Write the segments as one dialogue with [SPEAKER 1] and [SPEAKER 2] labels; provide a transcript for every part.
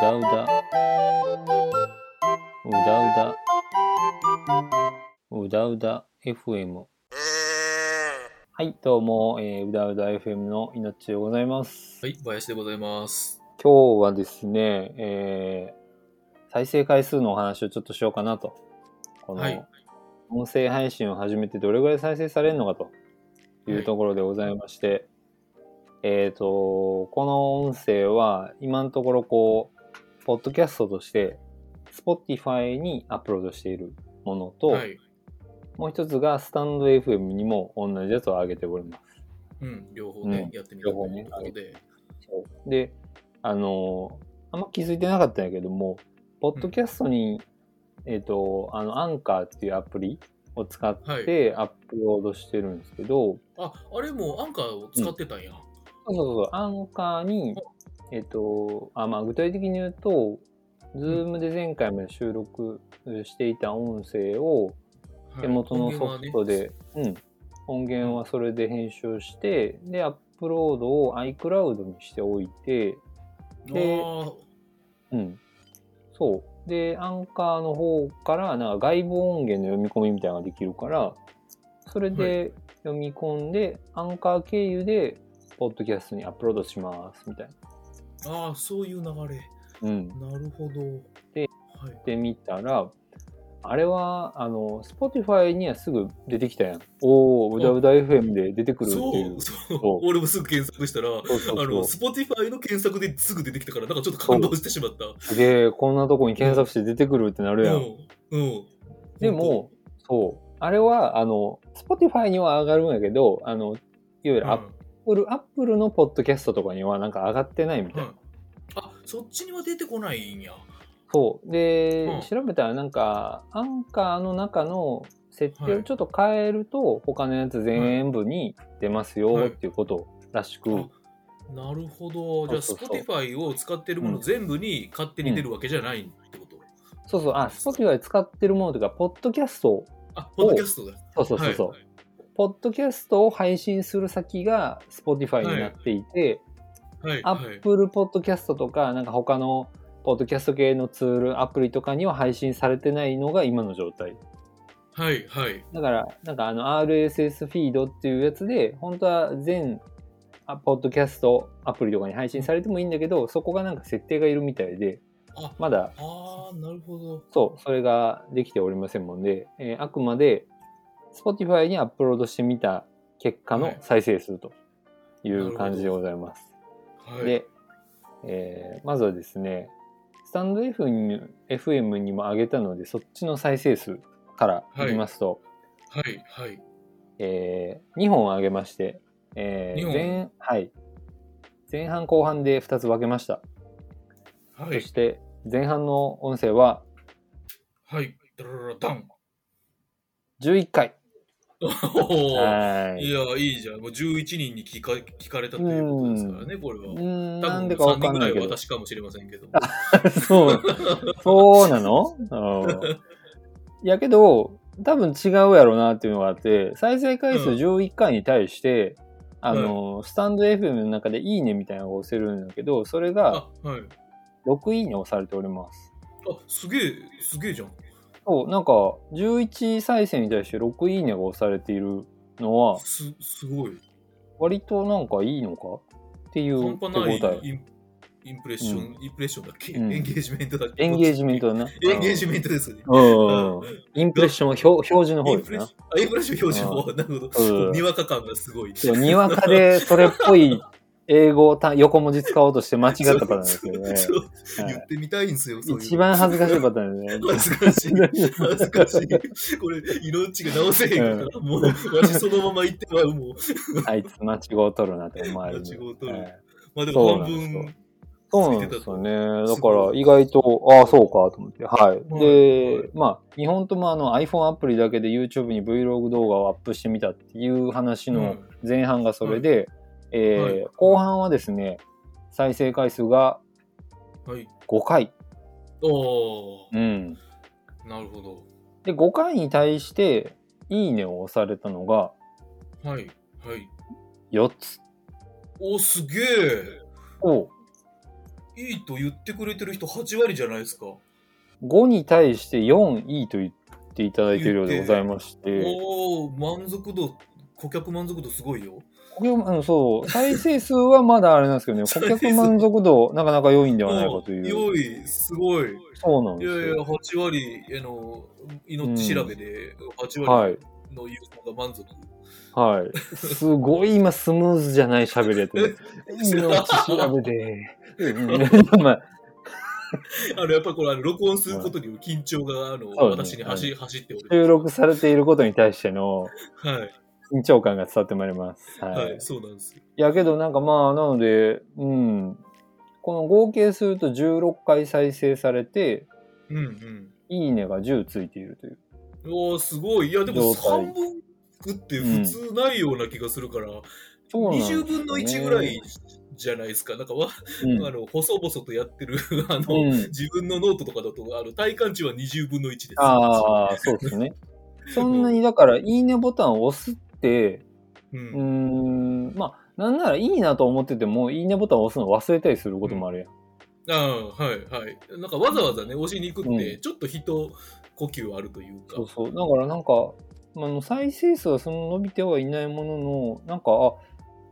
[SPEAKER 1] だうだうだうだうだうだ FM はいどうも、えーうだうだ FM の命でございます
[SPEAKER 2] はい、林でございます。
[SPEAKER 1] 今日はですね、えー再生回数のお話をちょっとしようかなとこの
[SPEAKER 2] はい
[SPEAKER 1] 音声配信を始めてどれぐらい再生されるのかというところでございまして、えっ、とこの音声は今のところこうポッドキャストとして Spotify にアップロードしているものと、
[SPEAKER 2] はい。
[SPEAKER 1] もう一つがスタンド FM にも同じやつを上げております。
[SPEAKER 2] うん、両方ね、
[SPEAKER 1] うん
[SPEAKER 2] やってみたという
[SPEAKER 1] 両
[SPEAKER 2] こ
[SPEAKER 1] 方ね
[SPEAKER 2] とで。
[SPEAKER 1] で、あのあんま気づいてなかったんやけども、ポッドキャストに、えっ、と、あの、アンカーっていうアプリを使っ
[SPEAKER 2] はい
[SPEAKER 1] てアップロードしてるんですけど、
[SPEAKER 2] あ、あれもアンカーを使ってたんや。
[SPEAKER 1] そうそうそう、アンカーに、えっ、と、あ、まあ、具体的に言うと、ズームで前回まで収録していた音声を、
[SPEAKER 2] はい
[SPEAKER 1] 手元のソフト。で、うん、音源はそれで編集して、で、アップロードを iCloud にしておいて、
[SPEAKER 2] 音源はね
[SPEAKER 1] うん。そう。で、アンカーの方から、なんか外部音源の読み込みみたいなのができるから、それで読み込んで、アンカー経由で、ポッドキャストにアップロードします、みたい
[SPEAKER 2] あーあー、そういう流れ。
[SPEAKER 1] な。うん。
[SPEAKER 2] なるほど。
[SPEAKER 1] で、
[SPEAKER 2] はい
[SPEAKER 1] やっ。てみたら、あれは、あの、Spotify にはすぐ出てきたやん。おー、うだうだ FM で出てくるってい
[SPEAKER 2] そうう、。そう
[SPEAKER 1] そう。
[SPEAKER 2] 俺もすぐ検索したら、
[SPEAKER 1] そうそう
[SPEAKER 2] あ
[SPEAKER 1] そ
[SPEAKER 2] の、
[SPEAKER 1] う。
[SPEAKER 2] Spotify の検索ですぐ出てきたから、なんかちょっと感動してしまった。
[SPEAKER 1] すげえ、こんなとこに検索して出てくるってなるやん。
[SPEAKER 2] うん。うん。
[SPEAKER 1] でも、そう。あれは、あの、Spotify には上がるんやけど、あの、いわゆ
[SPEAKER 2] うん、
[SPEAKER 1] る Apple、Apple のポッドキャストとかにはなんか上がってないみたいな。
[SPEAKER 2] はいあ、そっちには出てこないんや。
[SPEAKER 1] そう。で、
[SPEAKER 2] うん
[SPEAKER 1] 調べたらなんか、アンカーの中の設定
[SPEAKER 2] は
[SPEAKER 1] を
[SPEAKER 2] い
[SPEAKER 1] ちょっと変えると、他のやつ全部に出ますよ
[SPEAKER 2] はい
[SPEAKER 1] っていうことらしく、
[SPEAKER 2] あなるほど。じゃあ、
[SPEAKER 1] そうそうそう
[SPEAKER 2] Spotify を使ってるもの全部に勝手に出るわけじゃないってこと、
[SPEAKER 1] そうそう、あ、Spotify 使ってるものというか、ポッドキャストを、
[SPEAKER 2] あ、ポッドキャストだ。
[SPEAKER 1] そうそうそうそう、
[SPEAKER 2] はい
[SPEAKER 1] ポッドキャストを配信する先が Spotify になっていて、
[SPEAKER 2] はい。
[SPEAKER 1] ア
[SPEAKER 2] はい
[SPEAKER 1] ップルポッドキャストとか、なんか他のポッドキャスト系のツール、アプリとかには配信されてないのが今の状態。
[SPEAKER 2] はい。はい。
[SPEAKER 1] だから、なんかあの RSS フィードっていうやつで、本当は全あポッドキャストアプリとかに配信されてもいいんだけど、そこがなんか設定がいるみたいで、
[SPEAKER 2] あ、
[SPEAKER 1] まだ
[SPEAKER 2] あー、なるほど。
[SPEAKER 1] そう、それができておりませんもんで、えーあくまで Spotify にアップロードしてみた結果
[SPEAKER 2] は
[SPEAKER 1] の
[SPEAKER 2] い
[SPEAKER 1] 再生数という感じでございます。
[SPEAKER 2] はい。
[SPEAKER 1] で、えーまずはですね、スタンド F に FM にも上げたので、そっちの再生数からいきますと、
[SPEAKER 2] はい。はい。
[SPEAKER 1] え2本上げまして、えー
[SPEAKER 2] 二本
[SPEAKER 1] 前はい、前半後半で2つ分けました。
[SPEAKER 2] は
[SPEAKER 1] そ
[SPEAKER 2] い
[SPEAKER 1] し。て、前半の音声は
[SPEAKER 2] はい。ダララダン。
[SPEAKER 1] 11回。
[SPEAKER 2] おー
[SPEAKER 1] はい
[SPEAKER 2] いや、いいじゃん。もう11人に聞か聞かれたということですからね、これは。
[SPEAKER 1] うーん、
[SPEAKER 2] 多
[SPEAKER 1] なん
[SPEAKER 2] 分
[SPEAKER 1] でかわかんないけ
[SPEAKER 2] 3人ぐらい
[SPEAKER 1] ど
[SPEAKER 2] は。私かもしれませんけど。
[SPEAKER 1] そう、そうなのうんやけど、多分違うやろうなっていうのがあって、再生回数
[SPEAKER 2] うん
[SPEAKER 1] 11回に対して、あの、スタンド FM の中でいいねみたいなのが押せるんだけど、それが
[SPEAKER 2] あ、はい。
[SPEAKER 1] 6いいねを押されております。
[SPEAKER 2] あ、すげえ、すげえじゃん。
[SPEAKER 1] そう、なんか、11再生に対して6いいねが押されているのは、
[SPEAKER 2] す、すごい。
[SPEAKER 1] 割となんかいいのかっていう手
[SPEAKER 2] 半
[SPEAKER 1] 応
[SPEAKER 2] 端ない
[SPEAKER 1] え。
[SPEAKER 2] インインプレッション、インプレッションだっけ、
[SPEAKER 1] うん
[SPEAKER 2] エンゲージメントだっけ
[SPEAKER 1] エンゲージメントだな。
[SPEAKER 2] エンゲージメントですね。
[SPEAKER 1] うん。うん。インプレッションは表表示の方
[SPEAKER 2] イン
[SPEAKER 1] で
[SPEAKER 2] プ
[SPEAKER 1] す
[SPEAKER 2] レッ
[SPEAKER 1] な
[SPEAKER 2] シ。ョン、あ、インプレッション表示も、なるほ
[SPEAKER 1] うん
[SPEAKER 2] ど。にわか感がすごい。
[SPEAKER 1] そうにわかでそれっぽい英語をた横文字使おうとして間違ったパターンですよね。
[SPEAKER 2] そうそう
[SPEAKER 1] はい
[SPEAKER 2] 言ってみたいんですよ、そういう
[SPEAKER 1] 一番恥ずかしいパターンですね。
[SPEAKER 2] 恥ずかしい。恥ずかしい。これ、色違い直せへんから、もう、わしそのまま言ってまう、もう。
[SPEAKER 1] あいつ間違うとるなって思われる。
[SPEAKER 2] 間違うとる
[SPEAKER 1] はい
[SPEAKER 2] まあでも、半
[SPEAKER 1] そうなん
[SPEAKER 2] 分。
[SPEAKER 1] そうなんですよね。
[SPEAKER 2] つい
[SPEAKER 1] だ
[SPEAKER 2] てた
[SPEAKER 1] か
[SPEAKER 2] と
[SPEAKER 1] ら意外と、ああ、そうかと思って。はい。
[SPEAKER 2] は
[SPEAKER 1] で
[SPEAKER 2] い、
[SPEAKER 1] まあ、日本ともあの iPhone アプリだけで YouTube に Vlog 動画をアップしてみたっていう話の前半がそれで、え
[SPEAKER 2] はい
[SPEAKER 1] ー後半はですね、再生回数が
[SPEAKER 2] はい。
[SPEAKER 1] 5回。
[SPEAKER 2] おー
[SPEAKER 1] うん。
[SPEAKER 2] なるほ
[SPEAKER 1] で、5回に対して、いいねを押されたのが
[SPEAKER 2] ど。はい。はい。
[SPEAKER 1] 4つ。
[SPEAKER 2] お、すげえ。
[SPEAKER 1] おう
[SPEAKER 2] いいと言ってくれてる人8割じゃないですか。
[SPEAKER 1] 5に対して4いいと言っていただいているようでございまして、
[SPEAKER 2] おお満足度、顧客満足度すごいよ。
[SPEAKER 1] 顧客うん、そう、再生数はまだあれなんですけどね、顧
[SPEAKER 2] 再生
[SPEAKER 1] 客
[SPEAKER 2] 数
[SPEAKER 1] 満足度、なかなか良いんではないかと
[SPEAKER 2] うん
[SPEAKER 1] いう。
[SPEAKER 2] 良い、すごい。
[SPEAKER 1] そうなん
[SPEAKER 2] い
[SPEAKER 1] です
[SPEAKER 2] やいや、
[SPEAKER 1] よ。
[SPEAKER 2] 8割への命調べで、8
[SPEAKER 1] は
[SPEAKER 2] 割
[SPEAKER 1] い。
[SPEAKER 2] のユーザーが満足。
[SPEAKER 1] はい。すごい今スムーズじゃない喋りやって る。命調べで。うん まあ
[SPEAKER 2] あのやっぱりこれ、あの録音することによる緊張が、あの、
[SPEAKER 1] そうです
[SPEAKER 2] 私
[SPEAKER 1] ね
[SPEAKER 2] に走,、走っており
[SPEAKER 1] 収録されていることに対しての
[SPEAKER 2] はい、
[SPEAKER 1] 緊張感が伝わってまいります。は
[SPEAKER 2] はいい、。そうなんですよ。
[SPEAKER 1] いやけどなんかまあなのでうんこの合計すると16回再生されて
[SPEAKER 2] うんうん。
[SPEAKER 1] 「いいね」が10ついているという
[SPEAKER 2] おおすごい。いや、でも
[SPEAKER 1] 了解
[SPEAKER 2] 3分食って普通ないような気がするから、
[SPEAKER 1] そうなんですよ
[SPEAKER 2] 20
[SPEAKER 1] ね
[SPEAKER 2] 分の1ぐらいじゃないですか。なんかわ、
[SPEAKER 1] うん
[SPEAKER 2] あの、細々とやってる、 あの、
[SPEAKER 1] うん
[SPEAKER 2] 自分のノートとかだと、あの、体感値は20分の1です。
[SPEAKER 1] ああそう ですねそんなにだから「いいね」ボタンを押すってう
[SPEAKER 2] う
[SPEAKER 1] んーんまあなんならいいなと思ってても「いいね」ボタンを押すの忘れたりすることもあるやん、
[SPEAKER 2] ああ、はい、はい。なんかわざわざね、押しに行くって、
[SPEAKER 1] う
[SPEAKER 2] ちょっと人呼吸あるというか。
[SPEAKER 1] そうそうだからなんかあの再生数はその伸びてはいないもののなんかあ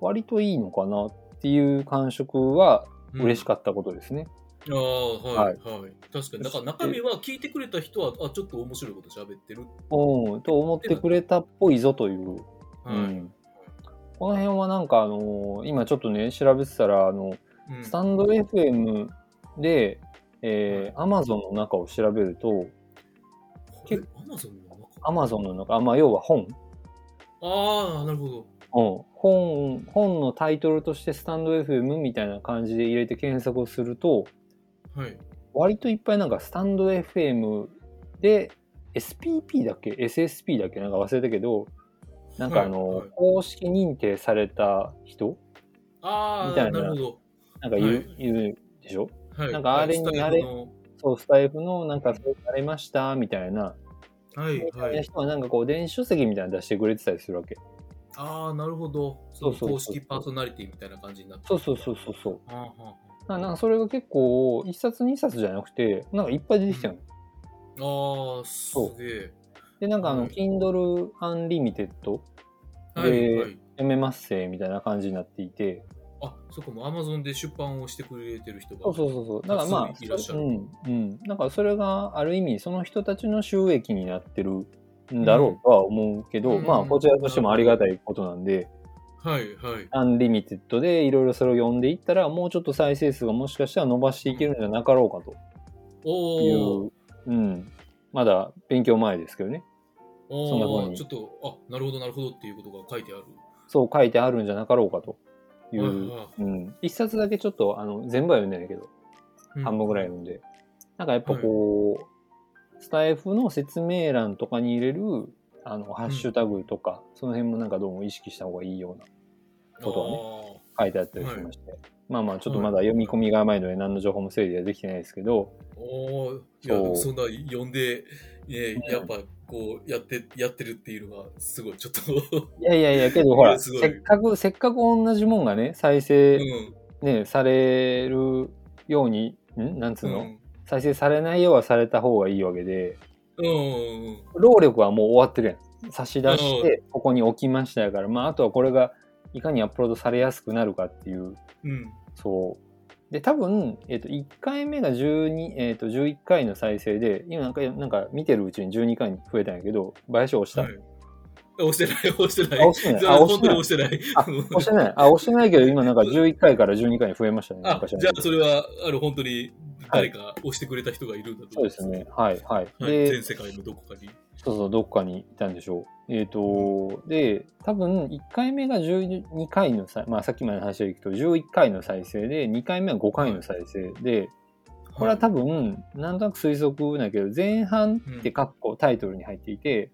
[SPEAKER 1] 割といいのかなっていう感触は嬉し
[SPEAKER 2] っ
[SPEAKER 1] かったことですね、
[SPEAKER 2] た。ああ、はい、はい。確かに、だから中
[SPEAKER 1] そし
[SPEAKER 2] 身は聞いてくれた人は、あ、ちょっと面白いこと喋ってる。
[SPEAKER 1] うん、と思ってくれたっぽいぞという。
[SPEAKER 2] はい。
[SPEAKER 1] うんこの辺はなんかあのー今ちょっとね、調べてたら、あの、
[SPEAKER 2] うん
[SPEAKER 1] スタンド FM で、えー Amazon の中を調べると、
[SPEAKER 2] え、アマゾン
[SPEAKER 1] Amazon の
[SPEAKER 2] の中
[SPEAKER 1] 中、あまあ、要は本、
[SPEAKER 2] ああ、なるほど。
[SPEAKER 1] うん、本、本のタイトルとしてスタンド FM みたいな感じで入れて検索をすると、
[SPEAKER 2] はい。
[SPEAKER 1] 割といっぱいなんかスタンド FM で SPP だっけ ?SSP だっけなんか忘れたけど、なんかあの、
[SPEAKER 2] はいはい
[SPEAKER 1] 公式認定された人
[SPEAKER 2] あ
[SPEAKER 1] みた
[SPEAKER 2] あ、
[SPEAKER 1] いな
[SPEAKER 2] なるほど。
[SPEAKER 1] なんかいる,、
[SPEAKER 2] はい
[SPEAKER 1] い、るでしょ
[SPEAKER 2] はい。
[SPEAKER 1] なんかあれに
[SPEAKER 2] スタイル
[SPEAKER 1] あれ
[SPEAKER 2] の
[SPEAKER 1] そう、スタイフのなんかそうされましたみたいな、
[SPEAKER 2] はい、
[SPEAKER 1] みたい
[SPEAKER 2] は。
[SPEAKER 1] ない人はなんかこう電子書籍みたいなの出してくれてたりするわけ。
[SPEAKER 2] ああ、なるほど。そ
[SPEAKER 1] そうそう
[SPEAKER 2] の
[SPEAKER 1] そう
[SPEAKER 2] 公式パーソナリティみたいな感じになって
[SPEAKER 1] そうそうそうそうそう。
[SPEAKER 2] あーは
[SPEAKER 1] ななんかそれが結構、一冊二冊じゃなくて、なんかいっぱい出てきたの。
[SPEAKER 2] ーはーあー、すげえ。
[SPEAKER 1] で、なんかあ
[SPEAKER 2] は
[SPEAKER 1] の、
[SPEAKER 2] い
[SPEAKER 1] Kindle Unlimited
[SPEAKER 2] はい、はい。
[SPEAKER 1] 読めますせみたいな感じになっていて、
[SPEAKER 2] あ、そこもアマゾンで出版をしてくれてる人が。
[SPEAKER 1] そうそうそうそう。だからま
[SPEAKER 2] 多数いらっ
[SPEAKER 1] あ、
[SPEAKER 2] しゃ
[SPEAKER 1] そ
[SPEAKER 2] る
[SPEAKER 1] うん、うん。なんかそれがある意味、その人たちの収益になってるんだろうとは思うけど、
[SPEAKER 2] うん
[SPEAKER 1] まあ、こちらとしてもありがたいことなんで、
[SPEAKER 2] はい、はい。
[SPEAKER 1] アンリミテッドでいろいろそれを読んでいったら、もうちょっと再生数がもしかしたら伸ばしていけるんじゃなかろうかとい
[SPEAKER 2] おー
[SPEAKER 1] う、うん。まだ勉強前ですけどね。そんな
[SPEAKER 2] お
[SPEAKER 1] 風
[SPEAKER 2] ー、
[SPEAKER 1] に
[SPEAKER 2] ちょっと、あ、なるほど、なるほどっていうことが書いてある。
[SPEAKER 1] そう書いてあるんじゃなかろうかとい
[SPEAKER 2] は
[SPEAKER 1] う
[SPEAKER 2] いは、
[SPEAKER 1] うん。一冊だけちょっと、あの、全部は読んでないけど、
[SPEAKER 2] うん
[SPEAKER 1] 半分ぐらい読んで。なんかやっぱこう、スタイフの説明欄とかに入れる、あの、ハッシュタグとか、その辺もなんかどうも意識した方がいいようなことは
[SPEAKER 2] ね。
[SPEAKER 1] 書いてあったりしまして。まあまあ、ちょっとまだ読み込みが甘いので何の情報も整理はできてないですけど、
[SPEAKER 2] おーい
[SPEAKER 1] そ
[SPEAKER 2] や、
[SPEAKER 1] う
[SPEAKER 2] そんな読んで、ね
[SPEAKER 1] う、ん
[SPEAKER 2] やっぱこう、やって、やってるっていうのが、すごい、ちょっと
[SPEAKER 1] いやいやいや、けど
[SPEAKER 2] い
[SPEAKER 1] ほ
[SPEAKER 2] や
[SPEAKER 1] ら、
[SPEAKER 2] すごい
[SPEAKER 1] せっかく、せっかく同じもんがね、再
[SPEAKER 2] う
[SPEAKER 1] 生、
[SPEAKER 2] ん、
[SPEAKER 1] ねされるように、んなんつ
[SPEAKER 2] う
[SPEAKER 1] うの、
[SPEAKER 2] ん。
[SPEAKER 1] 再生されないようはされた方がいいわけで、
[SPEAKER 2] うんうん。
[SPEAKER 1] 労力はもう終わってるやん。差し出して、ここに置きましたやから、まあ、あとはこれが、いかにアップロードされやすくなるかっていう、
[SPEAKER 2] うん。
[SPEAKER 1] そう。で、多分、えっ、と、1回目が12、えっ、と、11回の再生で、今なんか、なんか見てるうちに12回に増えたんやけど、倍賞押した。
[SPEAKER 2] はい押してない、押してない。
[SPEAKER 1] あ、押してない。あ、押
[SPEAKER 2] 本
[SPEAKER 1] して
[SPEAKER 2] 当
[SPEAKER 1] な
[SPEAKER 2] に
[SPEAKER 1] い
[SPEAKER 2] 押。してな
[SPEAKER 1] あ押してな
[SPEAKER 2] い。
[SPEAKER 1] い。あ、押してないけど、今なんか11回から12回に増えましたね。なん
[SPEAKER 2] あ
[SPEAKER 1] か知らん
[SPEAKER 2] じゃ
[SPEAKER 1] け
[SPEAKER 2] あ
[SPEAKER 1] ど
[SPEAKER 2] それはあの本当に誰か押してくれた人がいるんだと
[SPEAKER 1] そう
[SPEAKER 2] 思い
[SPEAKER 1] でね。。
[SPEAKER 2] ます
[SPEAKER 1] はい、はい。
[SPEAKER 2] はい、
[SPEAKER 1] で
[SPEAKER 2] 全、世界のどこかに。
[SPEAKER 1] そうそう、どっかにいたんでしょう。えっ、と、で、多分、1回目が12回の再、まあさっきまでの話でいくと、11回の再生で、2回目は5回の再生で、これは多分、なんとなく推測だけど、前半ってカッコタイトルに入っていて、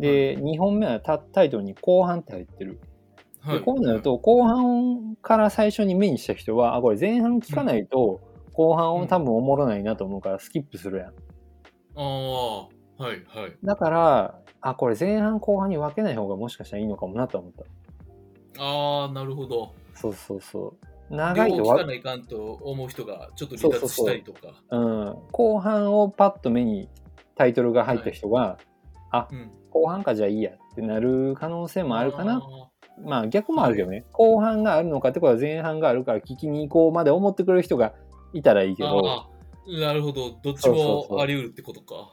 [SPEAKER 1] で、2本目はタタイトルに後半って入ってる。
[SPEAKER 2] は
[SPEAKER 1] でこうなると後半から最初に目にした人はあこれ前半聞かないと後半を多分おもろないなと思うからスキップするやん
[SPEAKER 2] ああ、はいはい。
[SPEAKER 1] だからあこれ前半後半に分けない方がもしかしたらいいのかもなと思った
[SPEAKER 2] ああ、なるほど。
[SPEAKER 1] そうそうそう長い
[SPEAKER 2] 両
[SPEAKER 1] と
[SPEAKER 2] 方聞
[SPEAKER 1] わ
[SPEAKER 2] かないかんと思う人がちょっと離脱したりとか。
[SPEAKER 1] うん、後半をパッと目にタイトルが入った人が、
[SPEAKER 2] うん
[SPEAKER 1] 後半かじゃあいいやってなる可能性もあるかな。
[SPEAKER 2] ー
[SPEAKER 1] まあ逆もあるけどね、後半があるのかってことは前半があるから聞きに行こうまで思ってくれる人がいたらいいけど、
[SPEAKER 2] あーなるほど。どっち
[SPEAKER 1] そうそうそ
[SPEAKER 2] も
[SPEAKER 1] う
[SPEAKER 2] あり得るってことか。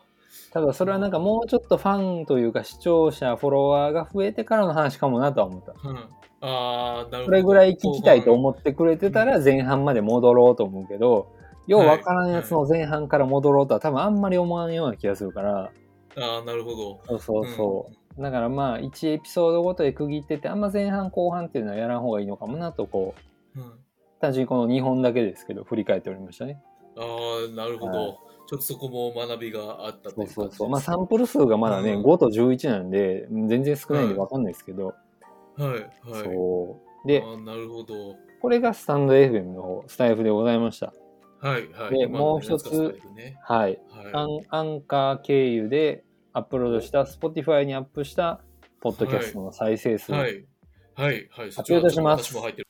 [SPEAKER 1] ただそれはなんかもうちょっとファンというか視聴者、フォロワーが増えてからの話かもなとは思った。
[SPEAKER 2] うん。ああ、なるほど。
[SPEAKER 1] それぐらい聞きたいと
[SPEAKER 2] う。
[SPEAKER 1] 思ってくれてたら前半まで戻ろうと思うけど、ようわからんやつの前半から戻ろうとは多分あんまり思わんような気がするから、
[SPEAKER 2] ああ、なるほ
[SPEAKER 1] そ
[SPEAKER 2] ど。
[SPEAKER 1] うそうそう。
[SPEAKER 2] うん
[SPEAKER 1] だからまあ1エピソードごとで区切っててあんま前半後半っていうのはやらん方がいいのかもなとこう
[SPEAKER 2] うん
[SPEAKER 1] 単純にこの2本だけですけど振り返っておりましたね
[SPEAKER 2] ああ、なるほど、
[SPEAKER 1] はい
[SPEAKER 2] ちょっとそこも学びがあったと
[SPEAKER 1] そ
[SPEAKER 2] いうう
[SPEAKER 1] そ
[SPEAKER 2] 感
[SPEAKER 1] う
[SPEAKER 2] じ
[SPEAKER 1] そうまあ
[SPEAKER 2] です
[SPEAKER 1] サンプル数がまだね、
[SPEAKER 2] うん
[SPEAKER 1] 5と11なんで全然少ないんでわかんないですけど、
[SPEAKER 2] はい、はい。
[SPEAKER 1] そう
[SPEAKER 2] あ
[SPEAKER 1] で
[SPEAKER 2] ーなるほど。
[SPEAKER 1] これがスタンド FM の方スタイフでございました
[SPEAKER 2] はい、はい。
[SPEAKER 1] で
[SPEAKER 2] 今の
[SPEAKER 1] もう一つ
[SPEAKER 2] 懐かしさだよね
[SPEAKER 1] はいアン
[SPEAKER 2] は
[SPEAKER 1] アンカー経由でアップロードした Spotify にアップしたポッドキャストの再生数、
[SPEAKER 2] い、はい。はい、はい。
[SPEAKER 1] 発表いたします
[SPEAKER 2] そちらの私も入ってる。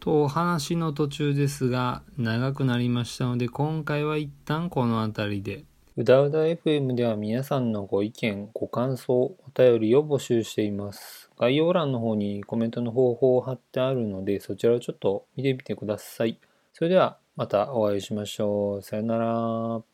[SPEAKER 1] とお話の途中ですが長くなりましたので今回は一旦この辺りでうだうだ FM では皆さんのご意見ご感想お便りを募集しています概要欄の方にコメントの方法を貼ってあるのでそちらをちょっと見てみてくださいそれではまたお会いしましょうさよなら